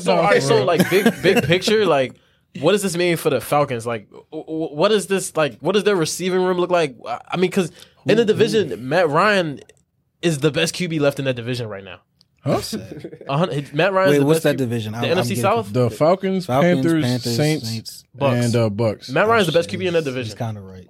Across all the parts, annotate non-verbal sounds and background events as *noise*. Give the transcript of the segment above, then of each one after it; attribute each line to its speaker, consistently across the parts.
Speaker 1: So, all right, so like big big picture, like what does this mean for the Falcons? Like, wh- wh- what is this like? What does their receiving room look like? I I mean, because in the division, Matt Ryan is the best QB left in that division right now.
Speaker 2: Huh?
Speaker 1: A hun- Matt Ryan.
Speaker 3: Wait,
Speaker 1: is the
Speaker 3: what's
Speaker 1: best
Speaker 3: that
Speaker 1: Q-
Speaker 3: division?
Speaker 1: The NFC South.
Speaker 2: The Falcons,
Speaker 3: Falcons,
Speaker 2: Panthers,
Speaker 3: Panthers,
Speaker 2: Saints,
Speaker 3: Saints,
Speaker 1: Bucks.
Speaker 2: and uh, Bucks.
Speaker 1: Matt Ryan's the
Speaker 3: Oh,
Speaker 1: best QB in that division.
Speaker 3: It's kind of right.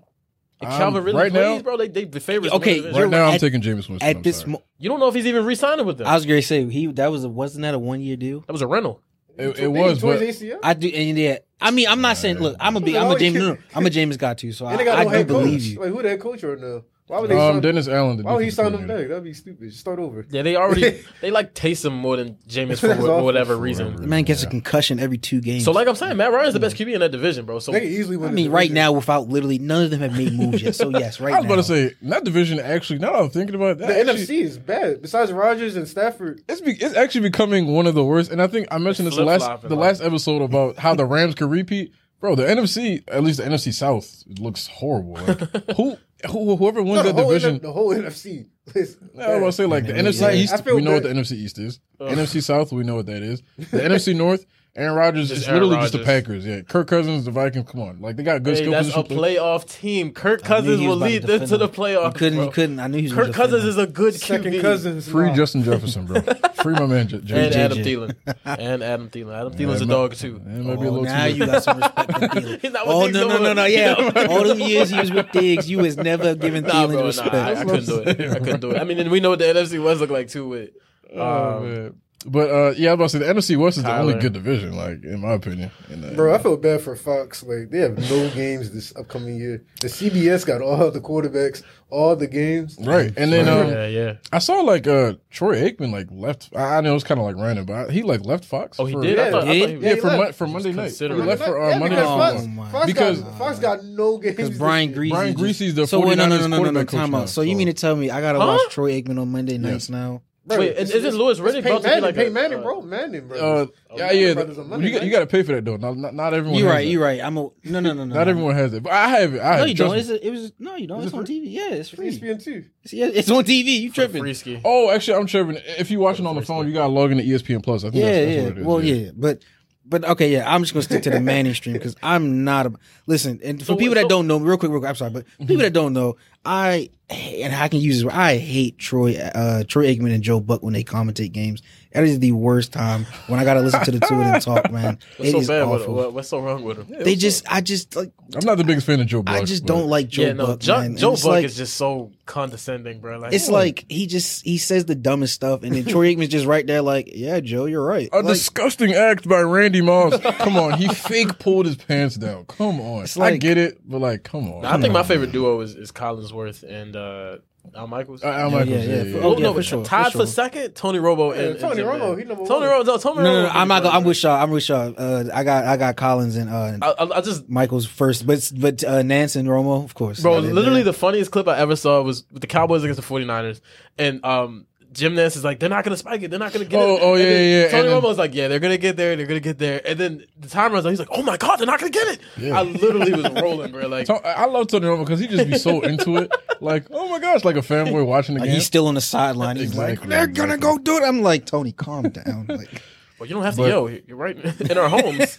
Speaker 1: If Calvin
Speaker 2: I'm-
Speaker 1: Ridley
Speaker 2: right
Speaker 1: plays,
Speaker 2: now-
Speaker 1: bro, they they the favorites. to win
Speaker 3: Okay,
Speaker 1: the division.
Speaker 2: Right
Speaker 3: You're
Speaker 2: now, I'm
Speaker 3: at-
Speaker 2: taking James Winston.
Speaker 3: At
Speaker 2: I'm
Speaker 3: this,
Speaker 2: sorry.
Speaker 3: mo-
Speaker 1: you don't know if he's even re-signing with them.
Speaker 3: I was gonna say he that was a wasn't that a one year deal?
Speaker 1: that was a rental.
Speaker 2: it, it was, but
Speaker 4: ACL.
Speaker 3: I do, and yeah, I mean, I'm not saying. Look, I'm a big, I'm a James, no, no, I'm a James guy too, so I,
Speaker 4: And they got
Speaker 3: I
Speaker 4: no
Speaker 3: do
Speaker 4: head coach.
Speaker 3: believe you.
Speaker 4: Wait, who the head coach right now? Why would they?
Speaker 2: um,
Speaker 4: sign,
Speaker 2: Dennis Allen. the
Speaker 4: why would he
Speaker 2: defensive
Speaker 4: sign them
Speaker 2: coordinator.
Speaker 4: back? That'd be stupid. Just start over.
Speaker 1: Yeah, they
Speaker 3: *laughs*
Speaker 1: already they like Taysom more than Jameis for
Speaker 4: That's
Speaker 1: wh-
Speaker 4: awful.
Speaker 1: whatever
Speaker 2: For
Speaker 1: reason.
Speaker 3: The man gets a concussion every two games.
Speaker 1: So like I'm saying, Matt Ryan's the best QB in that division, bro. So
Speaker 4: They could easily win.
Speaker 3: I
Speaker 4: the
Speaker 3: mean, right
Speaker 4: division.
Speaker 3: now, without literally none of them have made moves yet. So yes, right
Speaker 2: I was about
Speaker 3: now.
Speaker 2: to say, that division actually, now that I'm thinking about it, that
Speaker 4: the
Speaker 2: actually-
Speaker 4: NFC is bad. Besides Rodgers and Stafford,
Speaker 2: It's, be, it's actually becoming one of the worst. And I think I mentioned this the last
Speaker 1: flip-flopping,
Speaker 2: the
Speaker 1: like-
Speaker 2: last episode about how the Rams could repeat. Bro, the NFC, at least the NFC South, looks horrible. Like, who, who, whoever wins
Speaker 4: no,
Speaker 2: that
Speaker 4: the, whole
Speaker 2: division,
Speaker 4: N- the whole *laughs* NFC. is
Speaker 2: No, I was about to
Speaker 4: bad.
Speaker 2: say like the
Speaker 3: Yeah.
Speaker 2: NFC
Speaker 4: Like, I
Speaker 2: East.
Speaker 4: feel
Speaker 2: We know what the
Speaker 4: bad.
Speaker 2: NFC East is. NFC South. We know what that is.
Speaker 1: *laughs*
Speaker 2: The NFC North. Aaron Rodgers
Speaker 1: Just
Speaker 2: is
Speaker 1: Aaron
Speaker 2: literally just the
Speaker 1: Rodgers.
Speaker 2: Packers. Yeah, Kirk Cousins, the Vikings. Come on, like they got good
Speaker 1: hey,
Speaker 2: skill
Speaker 1: that's
Speaker 2: position.
Speaker 1: a playoff team. Kirk
Speaker 3: I knew
Speaker 1: Cousins
Speaker 3: he was
Speaker 1: will
Speaker 3: about
Speaker 1: lead
Speaker 3: to
Speaker 1: them
Speaker 3: defend
Speaker 1: to the
Speaker 3: him.
Speaker 1: playoffs.
Speaker 3: He couldn't.
Speaker 1: bro.
Speaker 3: He couldn't. I knew he was.
Speaker 1: Kirk Cousins is a good
Speaker 4: second
Speaker 1: QB.
Speaker 4: cousins.
Speaker 2: Free
Speaker 4: nah.
Speaker 2: Justin
Speaker 1: *laughs*
Speaker 2: Jefferson, bro. Free my man. J- J-
Speaker 1: And
Speaker 2: J-
Speaker 1: Adam
Speaker 3: JJ.
Speaker 1: Thielen. And Adam Thielen. Adam Thielen's a
Speaker 2: man,
Speaker 1: dog
Speaker 2: my-
Speaker 1: too.
Speaker 2: That might be a
Speaker 3: Oh,
Speaker 2: little
Speaker 3: now
Speaker 2: too
Speaker 3: you
Speaker 2: much.
Speaker 3: got some respect for Thielen.
Speaker 1: He's not with
Speaker 3: oh
Speaker 1: Diggs no
Speaker 3: no, no, no,
Speaker 1: more.
Speaker 3: no!
Speaker 1: You
Speaker 3: Yeah,
Speaker 1: know?
Speaker 3: *laughs* all them years he was with Diggs, you was never
Speaker 1: *laughs*
Speaker 3: giving
Speaker 1: Nah,
Speaker 3: Thielen
Speaker 1: bro, nah,
Speaker 3: respect.
Speaker 1: I, I couldn't do it. I couldn't do it. I mean, and we know what the NFC West look like too. With
Speaker 2: Oh, man. But uh, yeah, I was about to say the NFC West is the only
Speaker 1: Kyler.
Speaker 2: good division, like in my opinion. And, uh,
Speaker 4: Bro, I feel bad for Fox. Like they have
Speaker 2: *laughs*
Speaker 4: no games this upcoming year. The CBS got all the quarterbacks, all the games.
Speaker 2: right. And then um,
Speaker 1: yeah, yeah.
Speaker 2: I saw like uh, Troy Aikman like left. I I know it's kind of like random, but I- he like left Fox.
Speaker 1: Oh, he
Speaker 2: for-
Speaker 1: did. I
Speaker 4: Yeah.
Speaker 1: thought, I thought
Speaker 3: Did?
Speaker 1: he was,
Speaker 2: Yeah,
Speaker 4: he
Speaker 2: for, Mon-
Speaker 4: left.
Speaker 2: for Monday night. He
Speaker 1: considering.
Speaker 2: left for
Speaker 4: Yeah,
Speaker 2: uh, Monday night.
Speaker 4: because
Speaker 2: Football.
Speaker 4: Fox,
Speaker 3: Oh, my.
Speaker 4: Fox
Speaker 2: Because-
Speaker 4: got, Fox got no games.
Speaker 3: Because
Speaker 4: this
Speaker 3: Brian
Speaker 4: year.
Speaker 3: Greasy.
Speaker 2: Brian
Speaker 3: just-
Speaker 2: Greasy is the
Speaker 3: So wait, no, no,
Speaker 2: 49ers
Speaker 3: no, no, no, no.
Speaker 2: quarterback coach
Speaker 3: Time
Speaker 2: now,
Speaker 3: out. So you
Speaker 2: so-
Speaker 3: mean to tell me I gotta
Speaker 1: Huh?
Speaker 3: watch Troy Aikman on Monday nights now?
Speaker 4: Bro,
Speaker 1: Wait,
Speaker 4: it's-
Speaker 1: is- isn't
Speaker 4: it's-
Speaker 1: Lewis
Speaker 4: it's
Speaker 1: Riddick
Speaker 4: Peyton
Speaker 1: about to be
Speaker 4: Manning,
Speaker 1: like a-
Speaker 4: Peyton Manning,
Speaker 1: uh,
Speaker 4: bro? Manning, bro.
Speaker 2: Uh, yeah, yeah.
Speaker 4: Brothers on Monday
Speaker 2: you, got, you
Speaker 4: night.
Speaker 2: got to pay for that though. Not not, not everyone.
Speaker 3: You're
Speaker 2: has
Speaker 3: right.
Speaker 2: that.
Speaker 3: You're right. I'm a no, no, no, no. no.
Speaker 2: Not everyone has it. But I have it. I have
Speaker 3: No,
Speaker 2: it.
Speaker 3: you
Speaker 2: Trust
Speaker 3: don't.
Speaker 2: me.
Speaker 3: It's a, it was no, you don't. It's,
Speaker 2: it
Speaker 3: on TV. Yeah, it's
Speaker 4: It's
Speaker 3: free.
Speaker 2: E
Speaker 4: ESPN too.
Speaker 3: It's, yeah, it's on TV. You tripping?
Speaker 1: Frisky.
Speaker 2: Oh, actually, I'm tripping. If you're watching on the phone, you got to log into E ESPN Plus. I think
Speaker 3: Yeah,
Speaker 2: that's, that's
Speaker 3: yeah.
Speaker 2: what it is.
Speaker 3: well, yeah. but but okay, yeah. I'm just gonna stick
Speaker 2: *laughs*
Speaker 3: to the Manning stream because I'm not a listen. And for
Speaker 1: So-
Speaker 3: people
Speaker 1: so- Mm-hmm.
Speaker 3: that don't know, real quick, real quick. I'm sorry, but people that don't know, I and I can use this. word, I hate Troy, uh, Troy Aikman and Joe Buck when they commentate games. That is the worst time when I gotta listen to the two
Speaker 1: *laughs*
Speaker 3: of them talk, man.
Speaker 1: What's
Speaker 3: It
Speaker 1: so
Speaker 3: is
Speaker 1: bad with him?
Speaker 3: awful.
Speaker 1: What- What's so wrong with him?
Speaker 3: they just, I just like,
Speaker 2: I'm not the biggest fan of Joe. Buck,
Speaker 3: I just
Speaker 2: but-
Speaker 3: don't like Joe
Speaker 1: yeah, no.
Speaker 3: Buck.
Speaker 1: Joe,
Speaker 3: man. And
Speaker 1: Joe
Speaker 3: it's
Speaker 1: Buck
Speaker 3: like-
Speaker 1: is just so condescending, bro. Like,
Speaker 3: It's like he just he says the dumbest stuff, and then
Speaker 1: *laughs*
Speaker 3: Troy Aikman's just right there, like, "Yeah, Joe, you're right."
Speaker 2: A
Speaker 3: Like,
Speaker 2: disgusting act by Randy
Speaker 3: *laughs*
Speaker 2: Moss. come on, he fake pulled his pants down. Come on, I
Speaker 3: like-
Speaker 2: get it, but like, come on.
Speaker 1: I think my favorite duo is, is Collinsworth and uh, Al Michaels.
Speaker 2: Uh, Al
Speaker 3: Yeah,
Speaker 2: Michaels,
Speaker 3: yeah,
Speaker 2: yeah,
Speaker 3: yeah.
Speaker 2: yeah.
Speaker 3: For-
Speaker 1: Oh,
Speaker 3: yeah,
Speaker 1: no,
Speaker 3: for sure, for
Speaker 1: tied for,
Speaker 3: sure.
Speaker 1: second, Tony Romo and, and
Speaker 4: Tony
Speaker 1: Jim
Speaker 4: Romo,
Speaker 1: Man.
Speaker 4: he number
Speaker 1: Tony
Speaker 4: one.
Speaker 1: Romo, no, Tony
Speaker 3: no,
Speaker 1: Romo.
Speaker 3: no, no, I'm not. Gonna, I'm
Speaker 1: pretty
Speaker 3: with Shaw. I'm with Shaw. Uh, I got I got Collins and uh,
Speaker 1: fun. I, I- I just
Speaker 3: Michael's first, but but uh, Nance and Romo, of course.
Speaker 1: Bro,
Speaker 3: They're there.
Speaker 1: literally the funniest clip I ever saw was with the Cowboys against the 49ers. And um Jim Nance is like, they're not gonna spike it, they're not gonna get
Speaker 2: Oh,
Speaker 1: it.
Speaker 2: oh,
Speaker 1: And
Speaker 2: yeah,
Speaker 1: then
Speaker 2: yeah, yeah.
Speaker 1: Tony
Speaker 2: And then-
Speaker 1: Romo's like, Yeah, they're gonna get there, they're gonna get there. And then the time runs out, he's like, Oh my god, they're not gonna get it.
Speaker 2: Yeah.
Speaker 1: I literally was rolling, bro. Like
Speaker 2: To- I love Tony Romo because he just be so into
Speaker 3: *laughs*
Speaker 2: it. Like, oh my gosh, like a fanboy watching the
Speaker 3: Like,
Speaker 2: game.
Speaker 3: he's still on the sideline. He's
Speaker 2: Exactly,
Speaker 3: like, "They're gonna
Speaker 2: exactly.
Speaker 3: go do it." I'm like, Tony, calm down.
Speaker 2: *laughs*
Speaker 3: Like,
Speaker 1: well, you don't have to
Speaker 2: But-
Speaker 1: yo, you're right *laughs* in our
Speaker 2: *laughs*
Speaker 1: homes.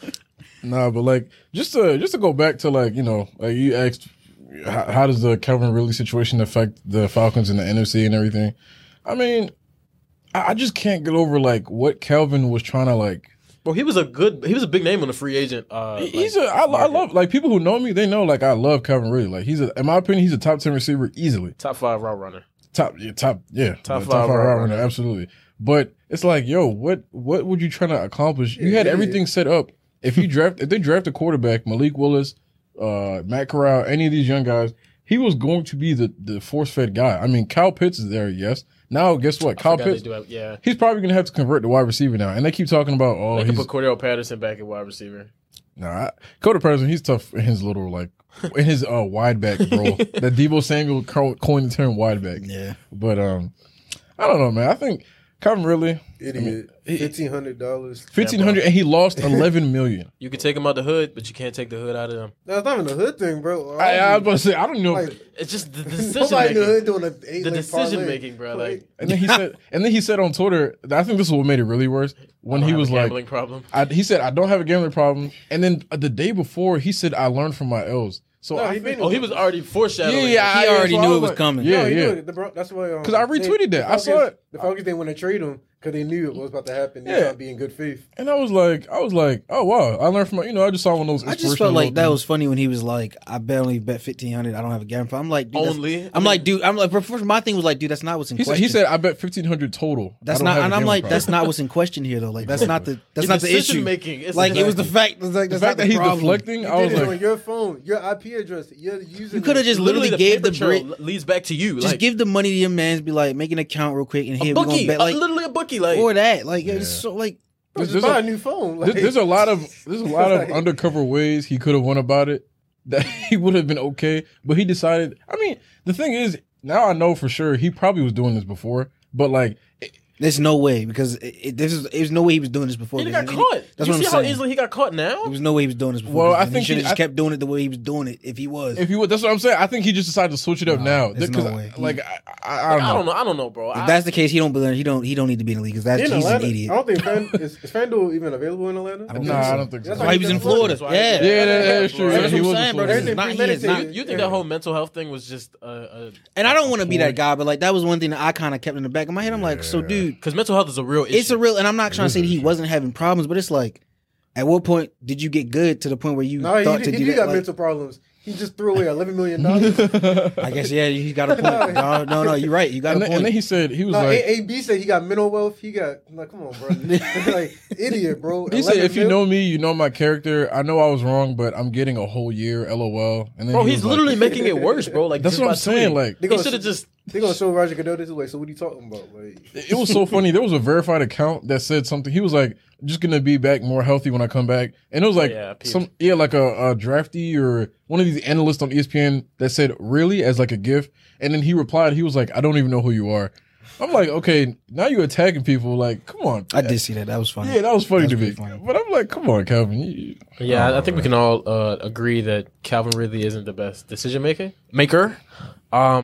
Speaker 2: Nah, but like just to just to go back to like you know like you asked how, how does the Calvin Ridley situation affect the Falcons and the NFC and everything? I mean, I, I just can't get over like what Calvin was trying to like.
Speaker 1: Bro, he was a good he was a big name on the free agent uh
Speaker 2: he- He's
Speaker 1: like,
Speaker 2: a I, I love like people who know me they know like I love Calvin Ridley like he's a in my opinion he's a top ten receiver easily
Speaker 1: top five route runner.
Speaker 2: top yeah top yeah
Speaker 1: Top
Speaker 2: Uh,
Speaker 1: five route
Speaker 2: route
Speaker 1: runner.
Speaker 2: runner, absolutely but it's like yo what what would you trying to accomplish you had
Speaker 4: Yeah.
Speaker 2: everything set up if
Speaker 1: *laughs*
Speaker 2: you draft if they draft a quarterback Malik Willis uh Matt Corral any of these young guys he was going to be the the force fed guy I mean Kyle Pitts is there yes now guess what Kyle
Speaker 1: Forgot they
Speaker 2: Pitts
Speaker 1: do have- yeah.
Speaker 2: he's probably gonna have to convert to wide receiver now and they keep talking about oh
Speaker 1: They could
Speaker 2: he's
Speaker 1: put Cordell Patterson back at wide receiver.
Speaker 2: nah I- Cody Patterson he's tough in his little like in his uh wide back
Speaker 1: *laughs*
Speaker 2: role that Debo Samuel co- coined the term wide back
Speaker 3: yeah,
Speaker 2: but um, I don't know, man. I think Calvin Ridley,
Speaker 4: Idiot. Fifteen hundred dollars.
Speaker 2: fifteen hundred, and he lost eleven
Speaker 3: *laughs*
Speaker 2: million.
Speaker 1: You can take them out the hood, but you can't take the hood out of them.
Speaker 4: That's not even a hood thing, bro.
Speaker 2: I, I was about to say I don't know.
Speaker 4: like
Speaker 1: It's just the *laughs* decision
Speaker 4: nobody in the hood
Speaker 1: making.
Speaker 4: doing an eight
Speaker 1: The
Speaker 4: leg
Speaker 1: decision
Speaker 4: parlay.
Speaker 1: making, bro. Like
Speaker 2: and then he said,
Speaker 3: *laughs*
Speaker 2: and then he said on Twitter, I think this is what made it really worse when he was like,
Speaker 1: uh, gambling problem.
Speaker 2: I, he said, I don't have a gambling problem. And then uh, the day before, he said, I learned from my L's. So
Speaker 4: No,
Speaker 2: I
Speaker 4: he
Speaker 2: think,
Speaker 4: didn't.
Speaker 1: Oh, he was already foreshadowing.
Speaker 2: Yeah, yeah,
Speaker 1: it.
Speaker 2: I-
Speaker 3: He already
Speaker 2: so
Speaker 3: knew
Speaker 2: was
Speaker 3: it was
Speaker 2: like-
Speaker 3: coming.
Speaker 2: Yeah,
Speaker 4: No, you
Speaker 2: yeah.
Speaker 4: know, the Bro- that's why. um,
Speaker 2: 'Cause I
Speaker 4: they-
Speaker 2: retweeted
Speaker 4: the
Speaker 2: that. I saw
Speaker 4: Falcons-
Speaker 2: it.
Speaker 4: The Falcons didn't want to trade him because they knew what was about to happen. They
Speaker 2: Yeah.
Speaker 4: yeah. be in good faith.
Speaker 2: and I was like, I was like, oh wow, I learned from my, you know, I just saw one of those.
Speaker 3: I just felt like that was funny when he was like, "I barely bet fifteen hundred. I don't have a gambling." problem." I'm like, dude, that's-
Speaker 1: Only?
Speaker 3: I'm like, dude. I'm like, for- for- my thing was like, dude, that's not what's in
Speaker 2: He said,
Speaker 3: question.
Speaker 2: he said, I bet fifteen hundred total. I
Speaker 3: that's
Speaker 2: don't
Speaker 3: not,
Speaker 2: have a
Speaker 3: and I'm
Speaker 2: gambling
Speaker 3: like,
Speaker 2: problem.
Speaker 3: that's not what's in question here, though. Like, that's not the that's
Speaker 1: The
Speaker 3: not the
Speaker 1: decision
Speaker 3: issue.
Speaker 1: making. It's
Speaker 3: Like, it was the
Speaker 1: exactly-
Speaker 3: fact. It's like,
Speaker 2: the
Speaker 3: that's
Speaker 2: fact
Speaker 3: not
Speaker 2: that he's
Speaker 3: the problem.
Speaker 2: deflecting. I was
Speaker 4: Did it
Speaker 2: like,
Speaker 4: on your phone, your IP address, your username.
Speaker 3: You could have just literally,
Speaker 1: the
Speaker 3: gave the
Speaker 1: paper
Speaker 3: brick.
Speaker 1: trail leads back to you.
Speaker 3: Just
Speaker 1: like,
Speaker 3: give the money to your man's. Be like, make an account real quick, and
Speaker 1: a
Speaker 3: here we gonna
Speaker 1: bookie,
Speaker 3: bet
Speaker 1: a-
Speaker 3: like
Speaker 1: literally a bookie. Like,
Speaker 3: or that. Like, it's so like.
Speaker 4: Bro, just
Speaker 2: There's
Speaker 4: buy
Speaker 2: a-
Speaker 4: a, new phone.
Speaker 2: There-
Speaker 4: Like,
Speaker 2: there's a lot of there's a lot of
Speaker 4: Like-
Speaker 2: undercover ways he could have went about it that *laughs* he would have been okay, but he decided. I mean, the thing is, now I know for sure he probably was doing this before, but like,
Speaker 3: There's no way because it, it, this is there's no way he was doing this before.
Speaker 1: and he
Speaker 3: this.
Speaker 1: got
Speaker 3: And
Speaker 1: caught.
Speaker 3: That's
Speaker 1: you
Speaker 3: what
Speaker 1: see
Speaker 3: I'm
Speaker 1: how
Speaker 3: saying.
Speaker 1: easily he got caught
Speaker 3: There
Speaker 1: now?
Speaker 3: was no way he was doing this before.
Speaker 2: Well,
Speaker 3: this,
Speaker 2: I
Speaker 3: and
Speaker 2: think
Speaker 3: he should
Speaker 2: he-
Speaker 3: have just
Speaker 2: I-
Speaker 3: kept doing it the way he was doing it if he was.
Speaker 2: if he would, that's what I'm saying. I think he just decided to switch it up now.
Speaker 3: there's
Speaker 2: 'cause
Speaker 3: no way.
Speaker 2: Like, I, I, I don't know.
Speaker 1: I don't know. I don't know, bro. I-
Speaker 3: If that's the case, he don't belong. He don't. He don't need to be in the league because that's
Speaker 4: in
Speaker 3: he's
Speaker 4: Atlanta,
Speaker 3: an
Speaker 4: I
Speaker 3: idiot.
Speaker 4: don't think Fan, is, is FanDuel even available in Atlanta.
Speaker 3: don't
Speaker 2: Nah, I don't think so. *laughs*
Speaker 3: That's
Speaker 4: That's
Speaker 3: why he was in Florida.
Speaker 1: That's why-
Speaker 3: Yeah,
Speaker 2: yeah, that, that's true.
Speaker 4: That's
Speaker 2: Yeah, he
Speaker 4: what
Speaker 2: was
Speaker 3: I'm saying, bro.
Speaker 2: a
Speaker 3: This is
Speaker 2: fool.
Speaker 3: not. He is
Speaker 4: Everything
Speaker 3: not.
Speaker 4: premeditated.
Speaker 1: you think that whole mental health thing was just uh, a
Speaker 3: And I don't want to be that guy, but like that was one thing that I kind of kept in the back of my head. I'm like, so
Speaker 2: Yeah.
Speaker 3: dude,
Speaker 1: because mental health is a real issue.
Speaker 3: it's a real. And I'm not trying to
Speaker 2: is
Speaker 3: say
Speaker 2: an
Speaker 3: that he
Speaker 2: issue.
Speaker 3: wasn't having problems, but it's like, at what point did you get good to the point where you
Speaker 4: No,
Speaker 3: thought
Speaker 4: he,
Speaker 3: to
Speaker 4: he,
Speaker 3: do
Speaker 4: he
Speaker 3: that?
Speaker 4: got
Speaker 3: Like,
Speaker 4: mental problems. He just threw away eleven million
Speaker 3: *laughs*
Speaker 4: dollars. no,
Speaker 3: I guess yeah, you got a point. No, no, no, you're right. You got
Speaker 2: And
Speaker 3: a
Speaker 2: then,
Speaker 3: point.
Speaker 2: and then he said he was like,
Speaker 4: A- AB said he got mental wealth. He got I'm like, come on,
Speaker 3: *laughs*
Speaker 4: bro, like idiot, bro.
Speaker 2: he said,
Speaker 4: 11
Speaker 2: if you
Speaker 4: mil?
Speaker 2: know me, you know my character. I know I was wrong, but I'm getting a whole year. LOL. And then
Speaker 1: bro. Oh,
Speaker 2: he
Speaker 1: He's
Speaker 2: was like-
Speaker 1: *laughs* literally making it worse, bro. Like
Speaker 2: That's
Speaker 1: just
Speaker 2: what
Speaker 1: by
Speaker 2: I'm saying.
Speaker 1: tweeting.
Speaker 2: Like,
Speaker 1: he
Speaker 4: They gonna-
Speaker 1: should have just.
Speaker 4: They're gonna show Roger Goodell this way. So what are you talking about? Like,
Speaker 2: it was so funny. There was a verified account that said something. He was like, "Just gonna be back more healthy when I come back," and it was like
Speaker 1: Oh, yeah, I peeped.
Speaker 2: some yeah, like a, a drafty or one of these analysts on E ESPN that said "really" as like a gift, and then he replied, he was like, "I don't even know who you are." I'm like, okay, now you're attacking people. Like, come on,
Speaker 3: I did see that. That was funny.
Speaker 2: yeah, that was funny
Speaker 3: That's
Speaker 2: to me.
Speaker 3: pretty funny.
Speaker 2: But I'm like, come on, Calvin. You, you-
Speaker 1: Yeah, I think we can all uh, agree that Calvin Ridley isn't the best decision maker. Maker. Um,